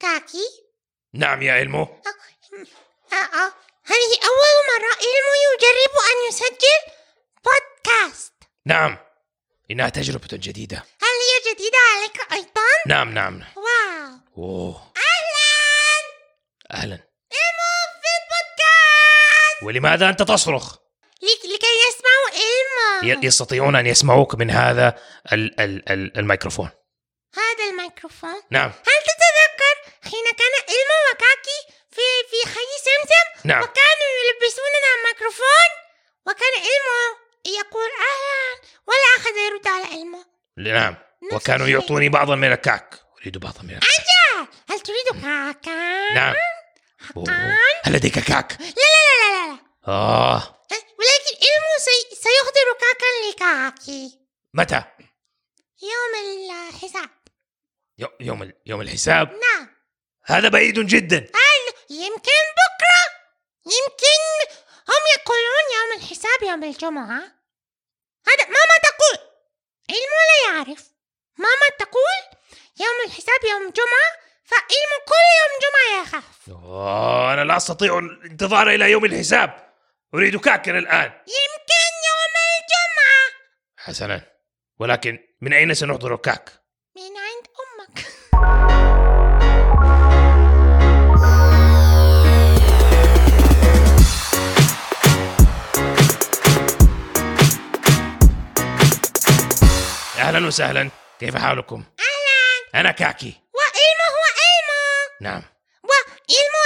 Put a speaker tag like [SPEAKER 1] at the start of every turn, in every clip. [SPEAKER 1] كاكي
[SPEAKER 2] نعم يا إلمو
[SPEAKER 1] آه آه هذه أول مرة إلمو يجرب أن يسجل بودكاست
[SPEAKER 2] نعم إنها تجربة جديدة
[SPEAKER 1] هل هي جديدة عليك أيضا؟
[SPEAKER 2] نعم نعم
[SPEAKER 1] واو
[SPEAKER 2] أوه
[SPEAKER 1] أهلا
[SPEAKER 2] أهلا
[SPEAKER 1] إلمو في البودكاست
[SPEAKER 2] ولماذا أنت تصرخ؟
[SPEAKER 1] لك- لكي يسمعوا إلمو
[SPEAKER 2] ي- يستطيعون أن يسمعوك من هذا ال- ال- ال- الميكروفون
[SPEAKER 1] هذا الميكروفون
[SPEAKER 2] نعم
[SPEAKER 1] هل تتذكر حين كان إلمو وكاكي في في حي سمسم
[SPEAKER 2] نعم
[SPEAKER 1] وكانوا يلبسوننا ميكروفون وكان إلمو يقول أهلا ولا أحد يرد على إلمو
[SPEAKER 2] نعم
[SPEAKER 1] نفس
[SPEAKER 2] وكانوا
[SPEAKER 1] الشيء.
[SPEAKER 2] يعطوني بعضا من الكعك أريد بعضا من الكعك
[SPEAKER 1] آه، هل تريد كعكا؟
[SPEAKER 2] نعم أوه.
[SPEAKER 1] حقا؟
[SPEAKER 2] هل لديك كعك؟
[SPEAKER 1] لا لا لا لا لا
[SPEAKER 2] آه
[SPEAKER 1] أه، ولكن إلمو سي... سيحضر كعكا لكعكي
[SPEAKER 2] متى؟
[SPEAKER 1] يوم الحساب
[SPEAKER 2] يو- يوم ال- يوم الحساب
[SPEAKER 1] نعم
[SPEAKER 2] هذا بعيد جدا
[SPEAKER 1] يمكن بكرة يمكن هم يقولون يوم الحساب يوم الجمعة هذا ماما تقول إلمو لا يعرف ماما تقول يوم الحساب يوم جمعة فإلمو كل يوم جمعة يخاف
[SPEAKER 2] آه أنا لا أستطيع الانتظار إلى يوم الحساب أريد كعكا الآن
[SPEAKER 1] يمكن يوم الجمعة
[SPEAKER 2] حسنا ولكن من أين سنحضر الكعك؟
[SPEAKER 1] من عند أمك
[SPEAKER 2] أهلا وسهلا كيف حالكم؟
[SPEAKER 1] أهلا
[SPEAKER 2] أنا كعكي
[SPEAKER 1] وإلمو هو إلمو
[SPEAKER 2] نعم
[SPEAKER 1] وإلمو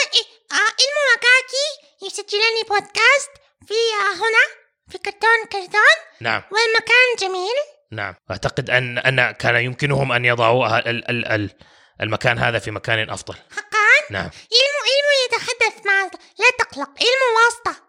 [SPEAKER 1] آه، إلمو وكاكي يسجلان بودكاست في آه، هنا في كرتون كرتون
[SPEAKER 2] نعم
[SPEAKER 1] والمكان جميل
[SPEAKER 2] نعم أعتقد أن أن كان يمكنهم أن يضعوا ه- ال- ال- ال- المكان هذا في مكان أفضل
[SPEAKER 1] حقا
[SPEAKER 2] نعم
[SPEAKER 1] إلمو إلمو يتحدث مع لا تقلق إلمو واسطة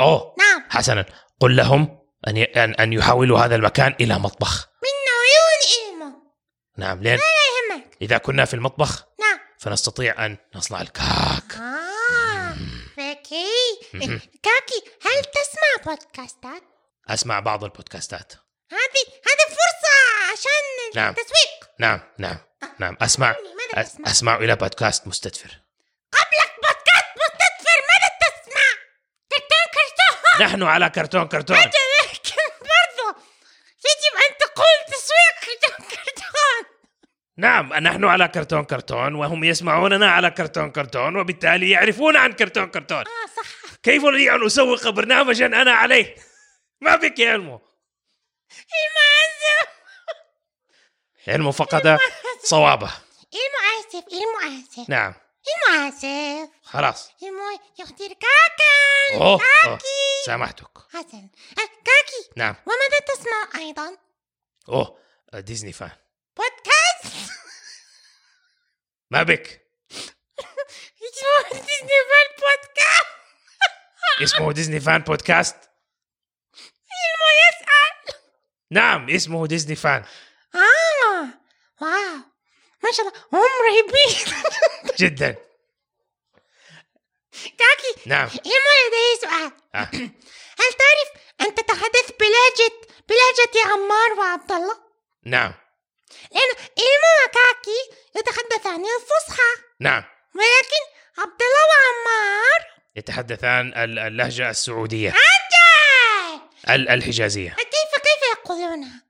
[SPEAKER 2] أوه
[SPEAKER 1] نعم
[SPEAKER 2] حسنا قل لهم أن ي- أن أن يحولوا هذا المكان إلى مطبخ
[SPEAKER 1] من عيون إلمو
[SPEAKER 2] نعم لأن
[SPEAKER 1] يهمك
[SPEAKER 2] إذا كنا في المطبخ
[SPEAKER 1] نعم
[SPEAKER 2] فنستطيع أن نصنع الكعك
[SPEAKER 1] آه ذكي
[SPEAKER 2] مهم.
[SPEAKER 1] كاكي هل تسمع بودكاستات؟
[SPEAKER 2] أسمع بعض البودكاستات
[SPEAKER 1] هذه هذه فرصة عشان
[SPEAKER 2] نعم.
[SPEAKER 1] التسويق
[SPEAKER 2] نعم نعم نعم أسمع أ-
[SPEAKER 1] لماذا تسمع؟
[SPEAKER 2] أسمع إلى بودكاست مستدفر
[SPEAKER 1] قبلك بودكاست مستدفر ماذا تسمع؟ كرتون كرتون
[SPEAKER 2] نحن على كرتون كرتون
[SPEAKER 1] لكن برضو يجب أن تقول تسويق كرتون كرتون
[SPEAKER 2] نعم نحن على كرتون كرتون وهم يسمعوننا على كرتون كرتون وبالتالي يعرفون عن كرتون كرتون
[SPEAKER 1] آه صح
[SPEAKER 2] كيف لي أن أسوق برنامجا أنا عليه ما بك يا علمو
[SPEAKER 1] المعزف
[SPEAKER 2] علمو فقد صوابه
[SPEAKER 1] المعزف المعزف
[SPEAKER 2] نعم
[SPEAKER 1] المعزف
[SPEAKER 2] خلاص
[SPEAKER 1] المو يختار كاكا
[SPEAKER 2] أوه، أوه
[SPEAKER 1] كاكي
[SPEAKER 2] سامحتك
[SPEAKER 1] حسن آه، كاكي
[SPEAKER 2] نعم
[SPEAKER 1] وماذا تسمع أيضا؟
[SPEAKER 2] أوه ديزني فان
[SPEAKER 1] بودكاست
[SPEAKER 2] ما بك
[SPEAKER 1] اسمه ديزني فان بودكاست
[SPEAKER 2] اسمه ديزني فان بودكاست
[SPEAKER 1] المو يسأل
[SPEAKER 2] نعم اسمه ديزني فان
[SPEAKER 1] آه واو ما شاء الله هم رهيبين
[SPEAKER 2] جدا
[SPEAKER 1] كاكي
[SPEAKER 2] نعم
[SPEAKER 1] إيمو لدي إيه سؤال
[SPEAKER 2] آه.
[SPEAKER 1] هل تعرف أن تتحدث بلهجة بلهجة عمار وعبد الله؟
[SPEAKER 2] نعم
[SPEAKER 1] لأن إيمو وكاكي يتحدثان الفصحى
[SPEAKER 2] نعم
[SPEAKER 1] ولكن عبد الله وعمار
[SPEAKER 2] يتحدثان ال- اللهجة السعودية
[SPEAKER 1] أجل
[SPEAKER 2] ال- الحجازية
[SPEAKER 1] كيف كيف يقولونها؟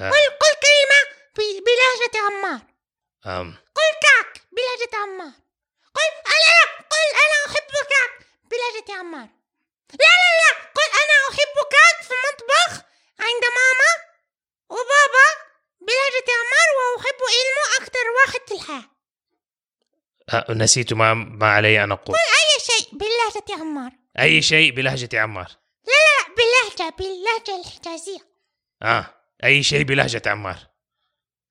[SPEAKER 2] آه.
[SPEAKER 1] قل قل كلمة ب- بلهجة عمار
[SPEAKER 2] أم.
[SPEAKER 1] قل كاك بلهجة عمار قل أنا لا قل أنا أحبك بلهجة عمار لا لا لا قل أنا أحبك في المطبخ عند ماما وبابا بلهجة عمار وأحب إلمو أكثر واحد في الحياة
[SPEAKER 2] آه، نسيت ما ما علي أن أقول
[SPEAKER 1] أي شيء بلهجة عمار
[SPEAKER 2] أي شيء بلهجة عمار
[SPEAKER 1] لا بلهجة باللهجة الحجازية
[SPEAKER 2] آه أي شيء بلهجة عمار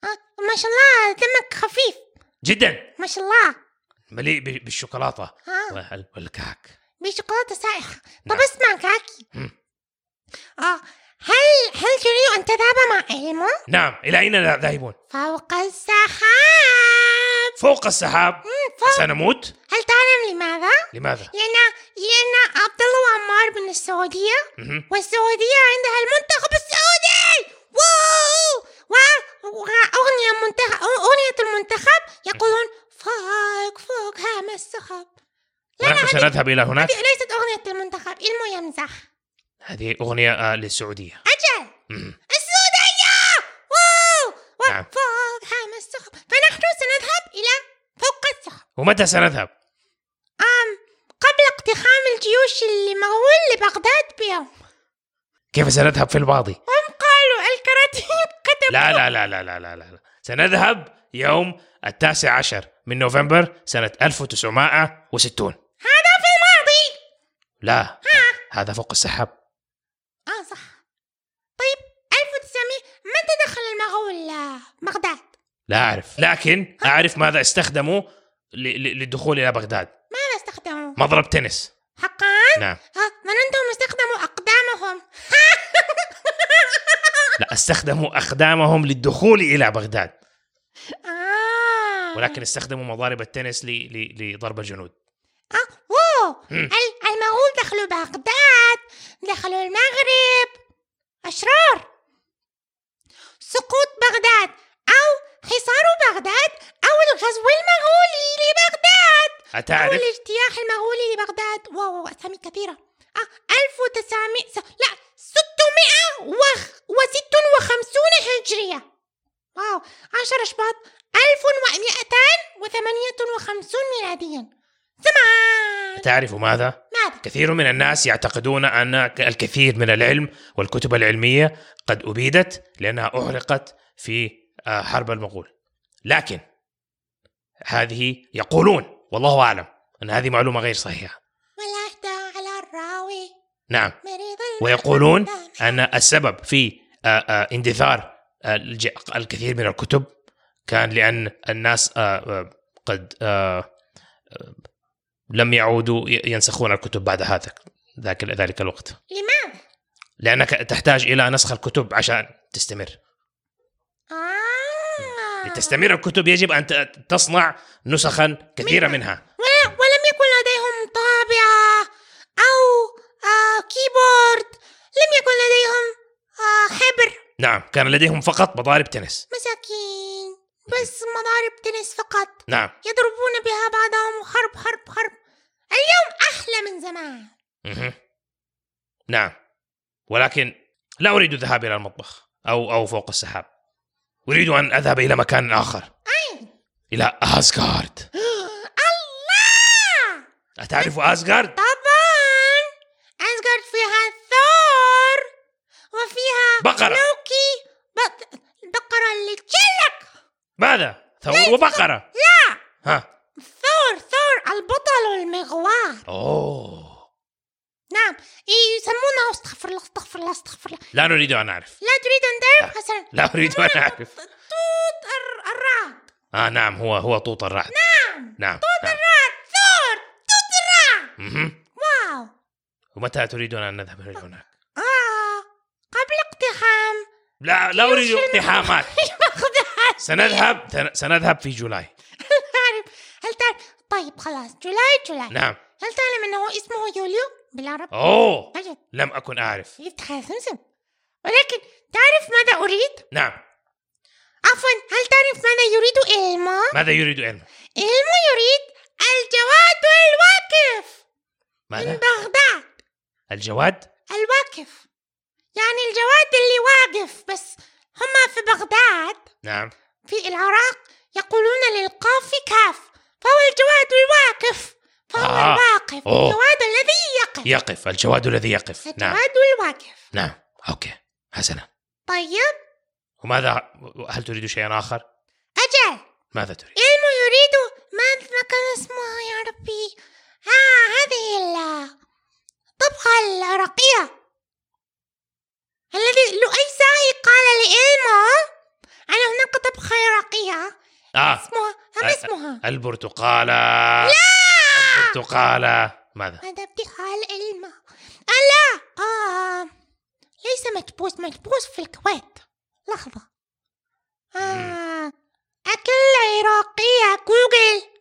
[SPEAKER 1] أه ما شاء الله دمك خفيف
[SPEAKER 2] جدا
[SPEAKER 1] ما شاء الله
[SPEAKER 2] مليء ب- بالشوكولاتة
[SPEAKER 1] آه.
[SPEAKER 2] وال- والكعك
[SPEAKER 1] بشوكولاتة سائحة طب
[SPEAKER 2] نعم.
[SPEAKER 1] اسمع كاكي
[SPEAKER 2] مم.
[SPEAKER 1] آه هل هل تريد أن تذهب مع إلمو؟
[SPEAKER 2] نعم إلى أين ذا- ذاهبون
[SPEAKER 1] فوق السحاب
[SPEAKER 2] فوق السحاب
[SPEAKER 1] مم، فوق
[SPEAKER 2] سنموت
[SPEAKER 1] هل تعلم لماذا؟
[SPEAKER 2] لماذا
[SPEAKER 1] لأن لأن عبد الله وعمار من السعودية
[SPEAKER 2] مهم.
[SPEAKER 1] والسعودية عندها المنتخب السعودي واو وأغنية منتخب أغنية المنتخب يقولون فوق الصحاب لا لا
[SPEAKER 2] ونحن
[SPEAKER 1] هذه
[SPEAKER 2] سنذهب إلى هناك
[SPEAKER 1] هذه ليست أغنية المنتخب إلمو يمزح
[SPEAKER 2] هذه أغنية آه، للسعودية
[SPEAKER 1] أجل
[SPEAKER 2] مم.
[SPEAKER 1] السعودية واو
[SPEAKER 2] نعم.
[SPEAKER 1] وفوق حام السحب فنحن سنذهب إلى فوق السحب
[SPEAKER 2] ومتى سنذهب؟
[SPEAKER 1] أم قبل اقتحام الجيوش المغول لبغداد بيوم
[SPEAKER 2] كيف سنذهب في الماضي؟
[SPEAKER 1] هم قالوا الكراتين كتبوا
[SPEAKER 2] لا لا لا لا لا لا لا لا. سنذهب يوم التاسع عشر من نوفمبر سنة 1960
[SPEAKER 1] هذا في الماضي
[SPEAKER 2] لا هذا فوق السحاب
[SPEAKER 1] اه صح طيب 1900 متى دخل المغول آه، بغداد
[SPEAKER 2] لا أعرف لكن أعرف ماذا استخدموا ل- ل- للدخول إلى بغداد
[SPEAKER 1] ماذا استخدموا
[SPEAKER 2] مضرب تنس
[SPEAKER 1] حقا
[SPEAKER 2] نعم
[SPEAKER 1] ها ظننتهم استخدموا اقدامهم
[SPEAKER 2] لا استخدموا أقدامهم للدخول إلى بغداد
[SPEAKER 1] آه.
[SPEAKER 2] ولكن استخدموا مضارب التنس ل- ل- لضرب الجنود
[SPEAKER 1] آه. واو
[SPEAKER 2] مم.
[SPEAKER 1] ال- المغول دخلوا بغداد دخلوا المغرب أشرار سقوط بغداد أو حصار بغداد أو الغزو المغولي لبغداد أو
[SPEAKER 2] أتعرف
[SPEAKER 1] الاجتياح المغولي لبغداد واو واو، أسامي كثيرة آه 1900 س... لا 600 وخ... و56 هجرية واو 10 شباط 1258 ميلاديا زمان
[SPEAKER 2] تعرف ماذا؟
[SPEAKER 1] ماذا؟
[SPEAKER 2] كثير من الناس يعتقدون أن الكثير من العلم والكتب العلمية قد أبيدت لأنها أحرقت في آه، حرب المغول لكن هذه يقولون والله أعلم أن هذه معلومة غير صحيحة
[SPEAKER 1] ولا أهدى على الراوي
[SPEAKER 2] نعم
[SPEAKER 1] مريض
[SPEAKER 2] ويقولون
[SPEAKER 1] القدم.
[SPEAKER 2] أن السبب في آه، آه، اندثار آه، الج- الكثير من الكتب كان لأن الناس آه، آه، قد آه، آه، لم يعودوا ي- ينسخون الكتب بعد هذا ذاك ذلك الوقت
[SPEAKER 1] لماذا؟
[SPEAKER 2] لانك تحتاج الى نسخ الكتب عشان تستمر
[SPEAKER 1] آه.
[SPEAKER 2] لتستمر الكتب يجب ان ت- تصنع نسخا كثيره منها
[SPEAKER 1] ولا ولم يكن لديهم طابعة أو آه كيبورد لم يكن لديهم آه حبر
[SPEAKER 2] نعم كان لديهم فقط مضارب تنس
[SPEAKER 1] مساكين بس مضارب تنس فقط
[SPEAKER 2] نعم
[SPEAKER 1] يضربون بها بعضهم حرب حرب حرب اليوم أحلى من زمان
[SPEAKER 2] مهم. نعم ولكن لا اريد الذهاب الى المطبخ او او فوق السحاب اريد ان اذهب الى مكان اخر
[SPEAKER 1] أين؟
[SPEAKER 2] الى اسغارد
[SPEAKER 1] الله
[SPEAKER 2] اتعرف اسغارد
[SPEAKER 1] طبعا أسجارد فيها ثور وفيها
[SPEAKER 2] بقرة.
[SPEAKER 1] لوكي بق- بقرة اللي تشلك
[SPEAKER 2] ماذا ثور وبقره
[SPEAKER 1] لا
[SPEAKER 2] ها
[SPEAKER 1] ثور ثور البطل المغوار
[SPEAKER 2] اوه
[SPEAKER 1] نعم إيه يسمونه استغفر الله استغفر الله استغفر الله
[SPEAKER 2] لا نريد ان اعرف
[SPEAKER 1] لا تريد ان تعرف حسنا
[SPEAKER 2] لا اريد ان اعرف
[SPEAKER 1] توت الر- الرعد
[SPEAKER 2] اه نعم هو هو طوط الرعد
[SPEAKER 1] نعم
[SPEAKER 2] نعم
[SPEAKER 1] توت
[SPEAKER 2] نعم.
[SPEAKER 1] الرعد ثور توت الرعد
[SPEAKER 2] مهم.
[SPEAKER 1] واو
[SPEAKER 2] ومتى تريدون ان نذهب الى هناك؟
[SPEAKER 1] اه قبل اقتحام
[SPEAKER 2] لا لا اريد اقتحامات
[SPEAKER 1] بغداد
[SPEAKER 2] سنذهب سن- سنذهب في جولاي
[SPEAKER 1] تعرف هل تعرف طيب خلاص جولاي جولاي
[SPEAKER 2] نعم
[SPEAKER 1] هل تعلم انه اسمه يوليو بالعربي؟
[SPEAKER 2] اوه
[SPEAKER 1] أجل
[SPEAKER 2] لم اكن اعرف
[SPEAKER 1] يفتح يا سمسم ولكن تعرف ماذا اريد؟
[SPEAKER 2] نعم
[SPEAKER 1] عفوا هل تعرف ماذا يريد إلما؟
[SPEAKER 2] ماذا يريد علم؟
[SPEAKER 1] إلمو يريد الجواد الواقف من
[SPEAKER 2] ماذا؟
[SPEAKER 1] بغداد
[SPEAKER 2] الجواد؟
[SPEAKER 1] الواقف يعني الجواد اللي واقف بس هما في بغداد
[SPEAKER 2] نعم
[SPEAKER 1] في العراق يقولون للقاف كاف فهو الجواد الواقف فهو
[SPEAKER 2] آه.
[SPEAKER 1] الواقف
[SPEAKER 2] أوه.
[SPEAKER 1] الجواد الذي يقف
[SPEAKER 2] يقف الجواد الذي يقف نعم
[SPEAKER 1] الجواد الواقف
[SPEAKER 2] نعم اوكي حسنا
[SPEAKER 1] طيب
[SPEAKER 2] وماذا هل تريد شيئا اخر؟
[SPEAKER 1] أجل
[SPEAKER 2] ماذا تريد؟
[SPEAKER 1] إلمو يريد ما ما كان اسمها يا ربي ها هذه ال- الطبخة العراقية الذي لؤيساي قال لإلمو أن هناك طبخة عراقية
[SPEAKER 2] اه
[SPEAKER 1] اسمها ما
[SPEAKER 2] أ-
[SPEAKER 1] اسمها؟
[SPEAKER 2] البرتقالة البرتقالة ماذا؟
[SPEAKER 1] هذا ابتحال إلمو ألا آه ليس مكبوس مكبوس في الكويت لحظة آه أكل عراقية جوجل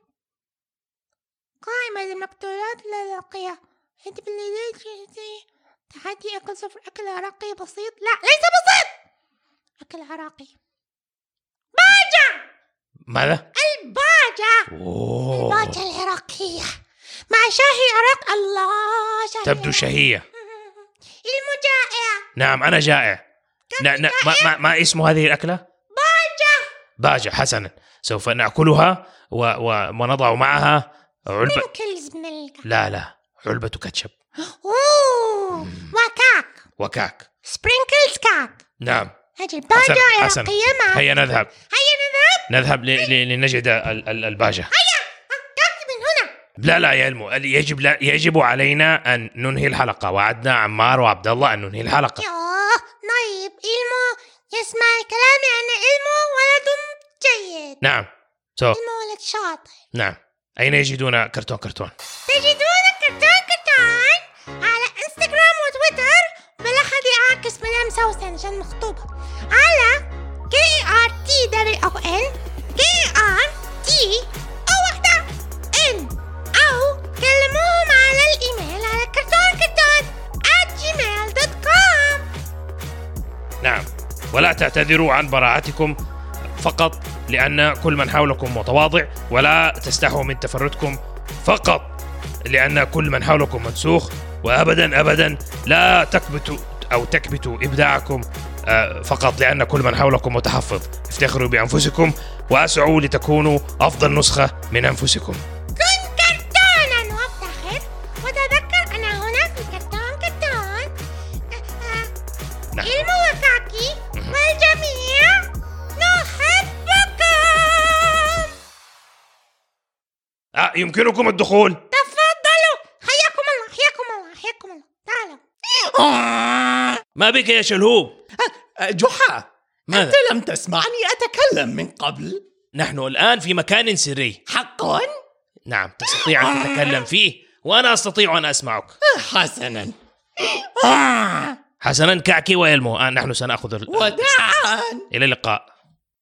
[SPEAKER 1] قائمة المقتولات العراقية أنت بالليل شفتي تحدي أكل صفر أكل عراقي بسيط لا ليس بسيط أكل عراقي باجة
[SPEAKER 2] ماذا؟
[SPEAKER 1] الباجة
[SPEAKER 2] اوه
[SPEAKER 1] الباجة العراقية مع شاهي أراك الله شهي
[SPEAKER 2] تبدو شهيه
[SPEAKER 1] المجائع
[SPEAKER 2] نعم انا جائع نا نا ما, ما, ما اسم هذه الاكله باجة حسنا سوف ناكلها و و ونضع معها علبه
[SPEAKER 1] بنكلز من القلب
[SPEAKER 2] لا لا علبه كاتشب
[SPEAKER 1] أوه وكاك
[SPEAKER 2] وكعك
[SPEAKER 1] سبرينكلز كاك
[SPEAKER 2] نعم
[SPEAKER 1] أجل باجة
[SPEAKER 2] حسن.
[SPEAKER 1] عراقية مع
[SPEAKER 2] هيا نذهب
[SPEAKER 1] هيا نذهب
[SPEAKER 2] نذهب ل... ل... لنجد ال... ال... الباجة
[SPEAKER 1] كاك آه، من هنا
[SPEAKER 2] لا لا يا المو يجب لا يجب علينا أن ننهي الحلقة وعدنا عمار وعبد الله أن ننهي الحلقة
[SPEAKER 1] يوه نايب إلمو يسمع كلامي أن إلمو ولد جيد
[SPEAKER 2] نعم سو
[SPEAKER 1] إلمو ولد شاطر
[SPEAKER 2] نعم أين يجدون كرتون كرتون
[SPEAKER 1] تجدون كرتون كرتون على انستغرام وتويتر بلا حد يعاكس مدام سوسن عشان مخطوبة على كي ار تي دبل او ان كي ار تي او واحدة ان او كلموهم على الايميل على كرتون كرتون at gmail dot com
[SPEAKER 2] نعم ولا تعتذروا عن براعتكم فقط لأن كل من حولكم متواضع ولا تستحوا من تفردكم فقط لأن كل من حولكم منسوخ وأبدا أبدا لا تكبتوا أو تكبتوا إبداعكم آه، فقط لأن كل من حولكم متحفظ افتخروا بأنفسكم وأسعوا لتكونوا أفضل نسخة من أنفسكم
[SPEAKER 1] كن كرتونا وافتخر وتذكر أنا هنا في كرتون كرتون أ- أ-
[SPEAKER 2] نعم.
[SPEAKER 1] إلمو وكاكي والجميع نحبكم
[SPEAKER 2] آه يمكنكم الدخول
[SPEAKER 1] تفضلوا حياكم الله حياكم الله حياكم الله تعالوا
[SPEAKER 2] ما بك يا شلهوب
[SPEAKER 3] آه، جحا
[SPEAKER 2] ماذا؟
[SPEAKER 3] أنت لم تسمعني أتكلم من قبل
[SPEAKER 2] نحن الآن في مكان سري
[SPEAKER 3] حقا؟
[SPEAKER 2] نعم تستطيع أن تتكلم فيه وأنا أستطيع أن أسمعك
[SPEAKER 3] حسنا
[SPEAKER 2] حسنا كعكي ويلمو آه نحن سنأخذ ال-
[SPEAKER 3] وداعا
[SPEAKER 2] إلى اللقاء